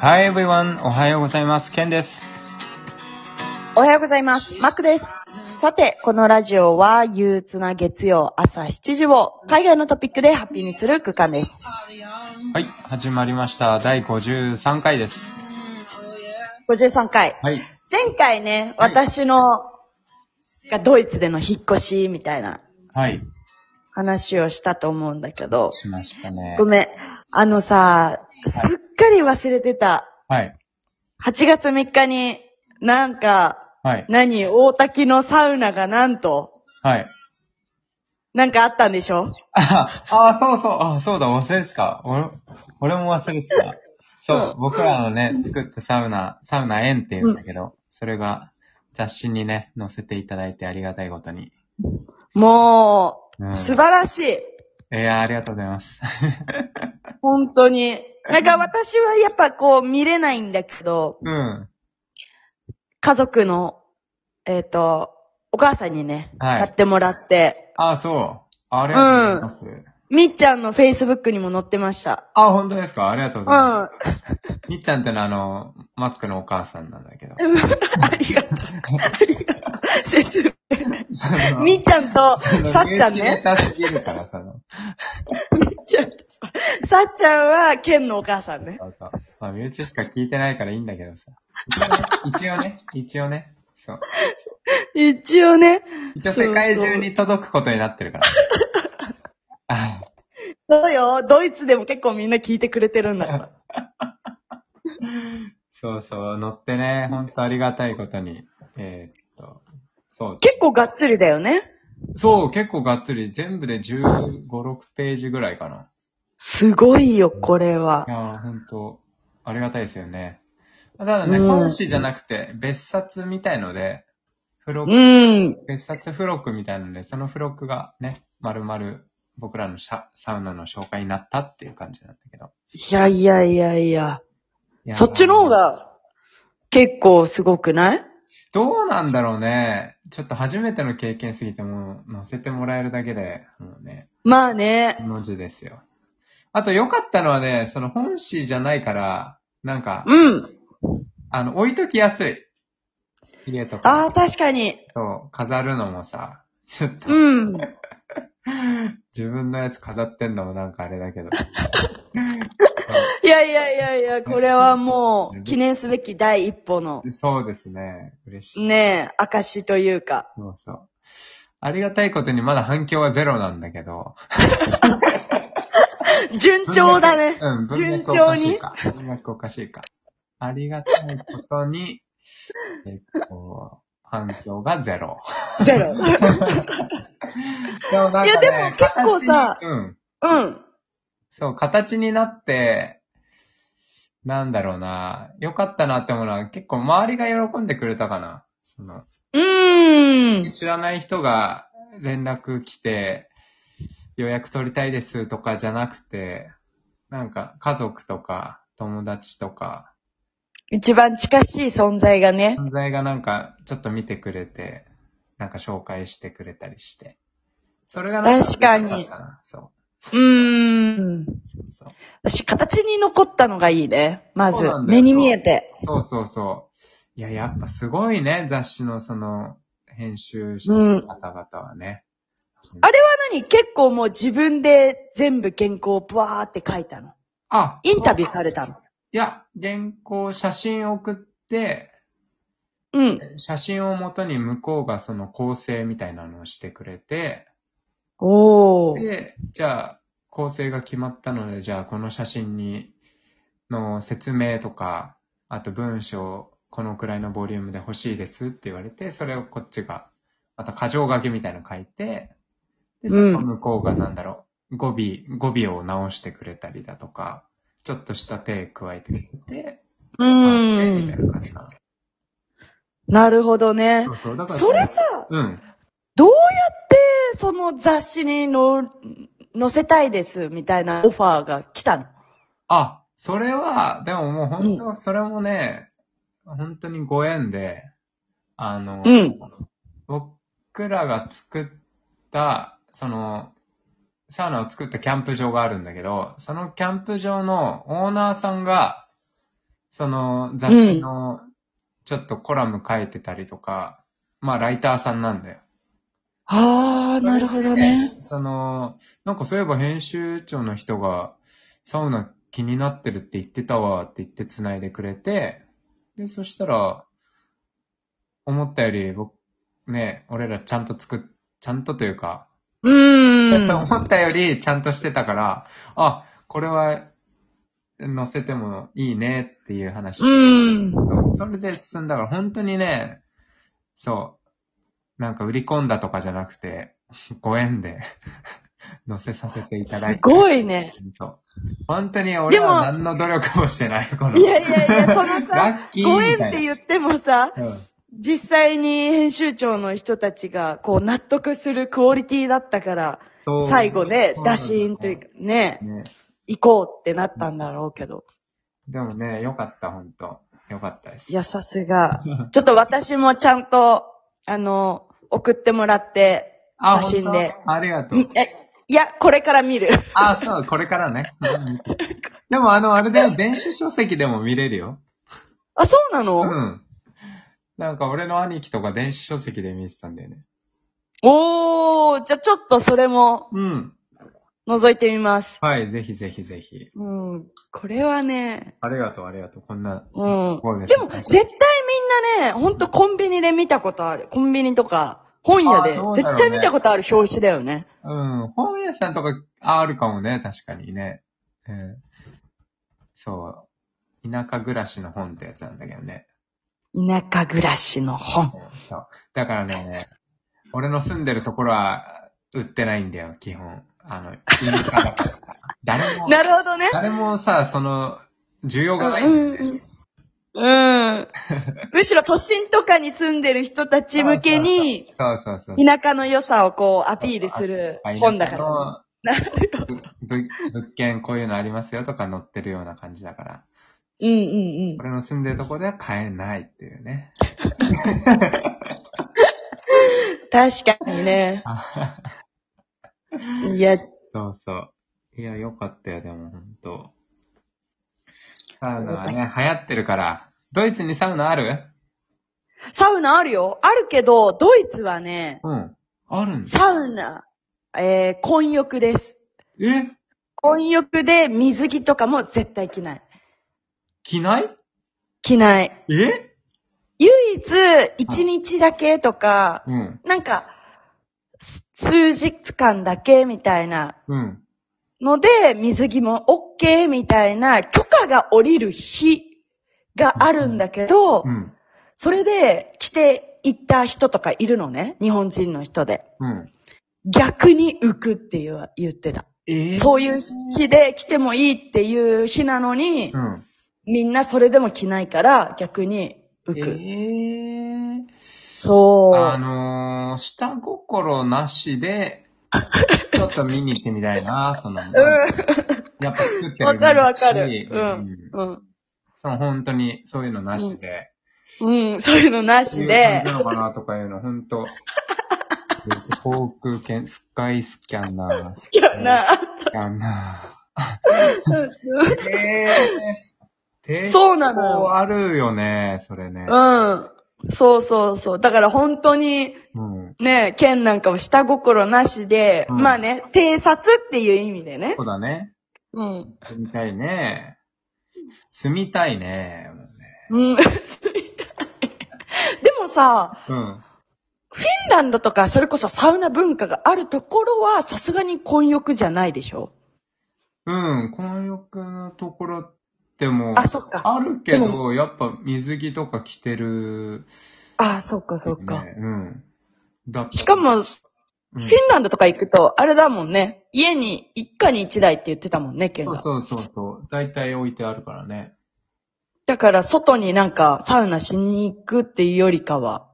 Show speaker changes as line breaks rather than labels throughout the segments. Hi everyone! おはようございます。ケンです。
おはようございます。マックです。さて、このラジオは憂鬱な月曜朝7時を海外のトピックでハッピーにする空間です。
はい、始まりました。第53回です。
53回。
はい。
前回ね、
はい
私のがドイツでの引っ越しみたいな
はい。
話をしたと思うんだけど、
しましたね
ご。めん。あのさ、すっかり忘れてた。
はい。
8月3日になんか、
はい。
何、大滝のサウナがなんと、
はい。
なんかあったんでしょ
あ、あそうそう。あ、そうだ、忘れてた。俺、俺も忘れてた。そう、僕らのね、作ったサウナ、サウナ園って言うんだけど、それが雑誌にね、載せていただいてありがたいことに。
も
う
う、
ん
素晴らしい。
いやー、ありがとうございます。
本当に。なんか私はやっぱこう見れないんだけど、
うん。
家族の、えっ、と、お母さんにね、
はい
買ってもらって、
あ、そう。ありがとうございます。
みっちゃんの Facebook にも載ってました。
あ、本当ですかありがとう
う
ご
ん。
ざいます。
あ
みっちゃんってのはあの、マックのお母さんなんだけど。
りがとう。ありがとう。説
そ
明。
の
みっちゃんと
その、
さっちゃん
身内ネ
ね。
タすぎるから、その。
みっちゃんと。さっちゃんは、ケンのお母さんね。
そうそうまあ、身内しか聞いてないからいいんだけどさ。一応ね、一応ね。そう。
一応ね。
一応世界中
そう
に届くことになってる から。あ
そう。そうよ。ドイツでも結構みんな聞いてくれてるんだから。
そうそう、乗ってね、ほんとありがたいことに。えーっと、そう。
結構がっつりだよね。
そう、結構がっつり、全部で15、6ページぐらいかな。。
すごいよ、これはい
やー、ほんと、ありがたいですよね。ただね、
うん
本誌じゃなくて、別冊みたいので、付録、
うん。
別冊付録みたいなので、その付録がね、丸々僕らのシャサウナの紹介になったっていう感じなんだけど。
いやいやいやいや。
いやー
そっちの方。が結構すごくない
どうなんだろうね。ちょっと初めての経験すぎて、もう載せてもらえるだけで、もうね、
まあね。
文字ですよ。あと良かったのはね、その本誌じゃないから、なんか、
うん。
あの、置いときやすい。家とか。
ああ、確かに。
そう、飾るのもさ、ちょっと、
うん。
自分のやつ飾ってんのもなんかあれだけど。
いやいやいやいや、これはもう記念すべき第一歩の
そうですね。嬉しい。
ねえ、証というか。
そうそう。ありがたいことにまだ反響はゼロなんだけど。
順調だね。
うん、文
順
脈お
調
かしい
に。
か。文脈おかしいか。ありがたいことに、結構、反響が ゼロ。
ゼロ。
でもなんかね
いやでも結構さ
形にうん。
うん。
そう、形になって、なんだろうな、良かったなって思うのは、結構周りが喜んでくれたかな。その、
うーん。
知らない人が連絡来て、予約取りたいですとかじゃなくて、なんか家族とか友達とか、
一番近しい存在がね。
存在がなんかちょっと見てくれて、なんか紹介してくれたりして。それがなん
確かに
嬉しったなそう
ーん。
う。そうそう。
私、形に残ったのがいいね。ま
そう
ず
な、んだよ
目に見えて。
そうそうそう。いや、やっぱすごいね、雑誌のその、編集者
う
の
ん
方々はね。
あれは何結構もう自分で全部原稿をブワーって書いたの。
あ、
インタビューされたの。
いや、原稿、写真送って、
うん。
写真をもとに向こうがその構成みたいなのをしてくれて、
おー。
で、じゃあ、構成が決まったので、じゃあこの写真に、の説明とか、あと文章、このくらいのボリュームで欲しいですって言われて、それをこっちが、また箇条書きみたいの書いて、で、そ
うん
の向こうがなんだろう、語尾、語尾を直してくれたりだとか、ちょっとした手加えてくれて、
う
あみたい
ーん。
な感じかな。
なるほどね
そ。うそう、だから。
それさ、
うん。
どうやってその雑誌にの載せたいですみたいなオファーが来たの
あ、それは、でももう本当、それもね、本当にご縁で、あの、
うん
僕らが作った、その、サウナを作ったキャンプ場があるんだけど、そのキャンプ場のオーナーさんが、その雑誌の、ちょっとコラム書いてたりとか、まあライターさんなんだよ。
あー、なるほどね。
その、なんかそういえば編集長の人が、サウナ気になってるって言ってたわって言って繋いでくれて、で、そしたら、思ったより僕、ね、俺らちゃんと作っ、ちゃんとというか、
うーん。
思ったよりちゃんとしてたから、あ、これは、載せてもいいねっていう話。
うん。
そう、それで進んだから、本当にね、そう、なんか売り込んだとかじゃなくて、 ご縁で 載せさせていただい
す
て。
ごいね。
そう本当に俺は
で
何の努力もしてない、この。
いやいやいや、その さ、
ラッキー
ご縁
み
った
いな。
て言ってもさ、
うん
実際に編集長の人たちが、こう、納得するクオリティだったから、
そう
最後ね
そ、う
打診というか、ね、
ね。
行こうってなったんだろうけど。
でもね、よかった、本当よかったです。
いや、さすが。ちょっと私もちゃんと、あの、送ってもらって、
あ
写真で。
本当ありがと
み
う。
えいや、これから見る。
あ、そう、これからね。うんでもあの、あれだよ、電子書籍でも見れるよ。
あ、そうなの、
うん。なんか俺の兄貴とか電子書籍で見てたんだよね。
おー、じゃあちょっとそれも
うん。
覗いてみます。
はい、ぜひぜひぜひ。
うん、これはね、
ありがとう、ありがとう。こんな。
うん。
こうです
でも、絶対みんなね、ほんとコンビニで見たことある。コンビニとか、本屋
あ
で
そ、うだろうね
絶対見たことある表紙だよね。
うん。本屋さんとか、あ、あるかもね、確かにね。うん。そう。田舎暮らしの本ってやつなんだけどね。
田舎暮らしの本。
うんそう。だからね、俺の住んでるところは、売ってないんだよ、基本。あの、田舎だからさ。誰も、
なるほどね。
誰もさ、その、需要がない
うんん
だよね。
うん。むしろ都心とかに住んでる人たち向け に、
そうそうそう。
田舎の良さをこうアピールする本だから、ね。
ら、ぶ物件こういうのありますよとか載ってるような感じだから。
うんうんうん。
俺の住んでるとこでは買えないっていうね。
確かにね。
あ
いや、
そうそう。いや、よかったよ、でも、ほんと。サウナはね、流行ってるから。ドイツにサウナある
サウナあるよ。あるけど、ドイツはね、
うん。あるんだ。
サウナ、えー、混浴です。
え
混浴で水着とかも絶対着ない。
着ない
着ない。
え
唯一、一日だけとか、
うん。
なんか、す数日間だけみたいな
うん。
ので、水着も OK みたいな許可が降りる日があるんだけど、
うん。
それで着て行った人とかいるのね。日本人の人で。
うん。
逆に浮くっていう言ってた。
ええ
そういう日で着てもいいっていう日なのに、
うん。
みんなそれでも着ないから逆に浮く。
ええ
そう。
あのー、下心なし で、ちょっと見に行ってみたいな、その、やっぱ作ってる。
わかるわかる
う
うん
ん。
うん。
その本当にそういうのなしで。
うん、そういうのなし
いう感
で
じ。なのかなとかいうの、本 当航空券、スカイスキャンナー、ス
いやな、
キャンナ
う
ー。えー、
そうなのよ
抵抗あるよね、それね。
ん。そうそうそう。だから本当に、
うん。
ね、剣なんかも下心なしで、
うん
まあね、偵察っていう意味でね
そ。うだね。
うん。
住みたいね。住みたいね。もうね
うん。で もさ、
うん。
フィンランドとかそれこそサウナ文化があるところはさすがに混浴じゃないでしょ
うん、混浴のところってもう、
あ、そっか。
あるけ
で
ど、やっぱ水着とか着てる、
あ、そっかそっか。
ね。うん。だ
しか
も、
も、フ
うん
ィンランドとか行くと、あれだもんね。家に一家に一台って言ってたもんね、ケン
そう
が。
そうそうそう。大体置いてあるからね。
だから外になんかサウナしに行くっていうよりかは。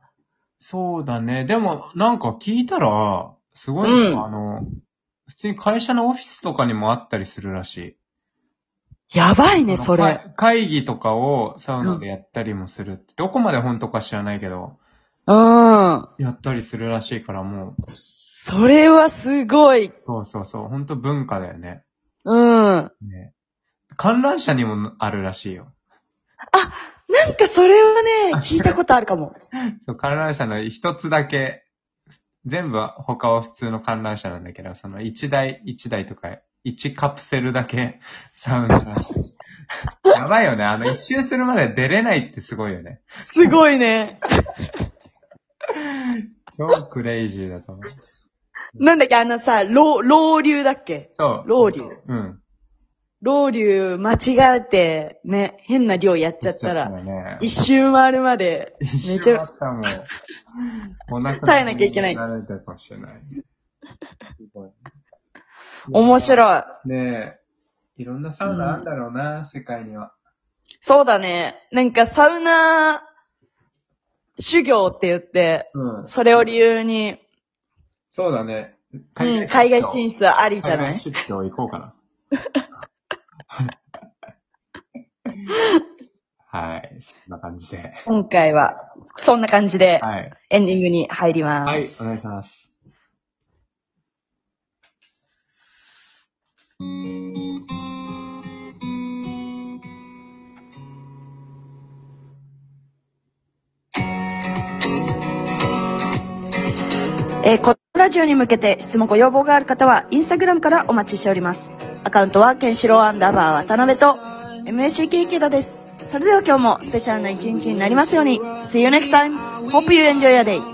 そうだね。でも、なんか聞いたら、すごいね、
うん
あの、普通に会社のオフィスとかにもあったりするらしい。
やばいね、そ
あの
れ。
か会議とかをサウナでやったりもするって、どこまで本当か知らないけど、
うん。
やったりするらしいからもう、
それはすごい。
そうそうそう、本当文化だよね。
うん。
ね。観覧車にもあるらしいよ。
なんかそれはね、聞いたことあるか も。
そう、観覧車の一つだけ、全部は他は普通の観覧車なんだけど、その一台一台とか、一カプセルだけ サウナらしい。 やばいよね。あの、一周するまで出れないってすごいよね。
すごいね。
超クレイジーだと思う。
なんだっけ、あのさ、老、老流だっけ
そう。
老流。
うん。
老流間違えて、ね、変な量やっちゃったら、
ら
一周回るまで、
一
め
緒
ち
だ
ゃ
ったもん。お腹
耐えなきゃいけない
慣れてるかもしれない。
面白い。
い。ねえ、いろんなサウナあるんだろうな、世界には。
そうだね。なんかサウナ修行って言って、
うん。
それを理由に、
そうだね。
うん、海外進
出
出ありじゃな
海
い
外出張行こうかな。はい。そんな感じで。
今回は、そんな感じで
はい。
エンディングに入ります。
はい、お願いします。
えーこのラジオに向けて質問ご要望がある方は、インスタグラムからお待ちしております。アカウントは、ケンシロウアンダーバー渡辺と、MACK 池田です。それでは今日もスペシャルな一日になりますように。See you next time. Hope you enjoy your day.
Mm,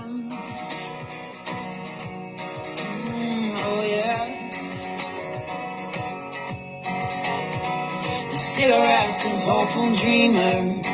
Oh yeah. Cigarettes of hopeful dreamers.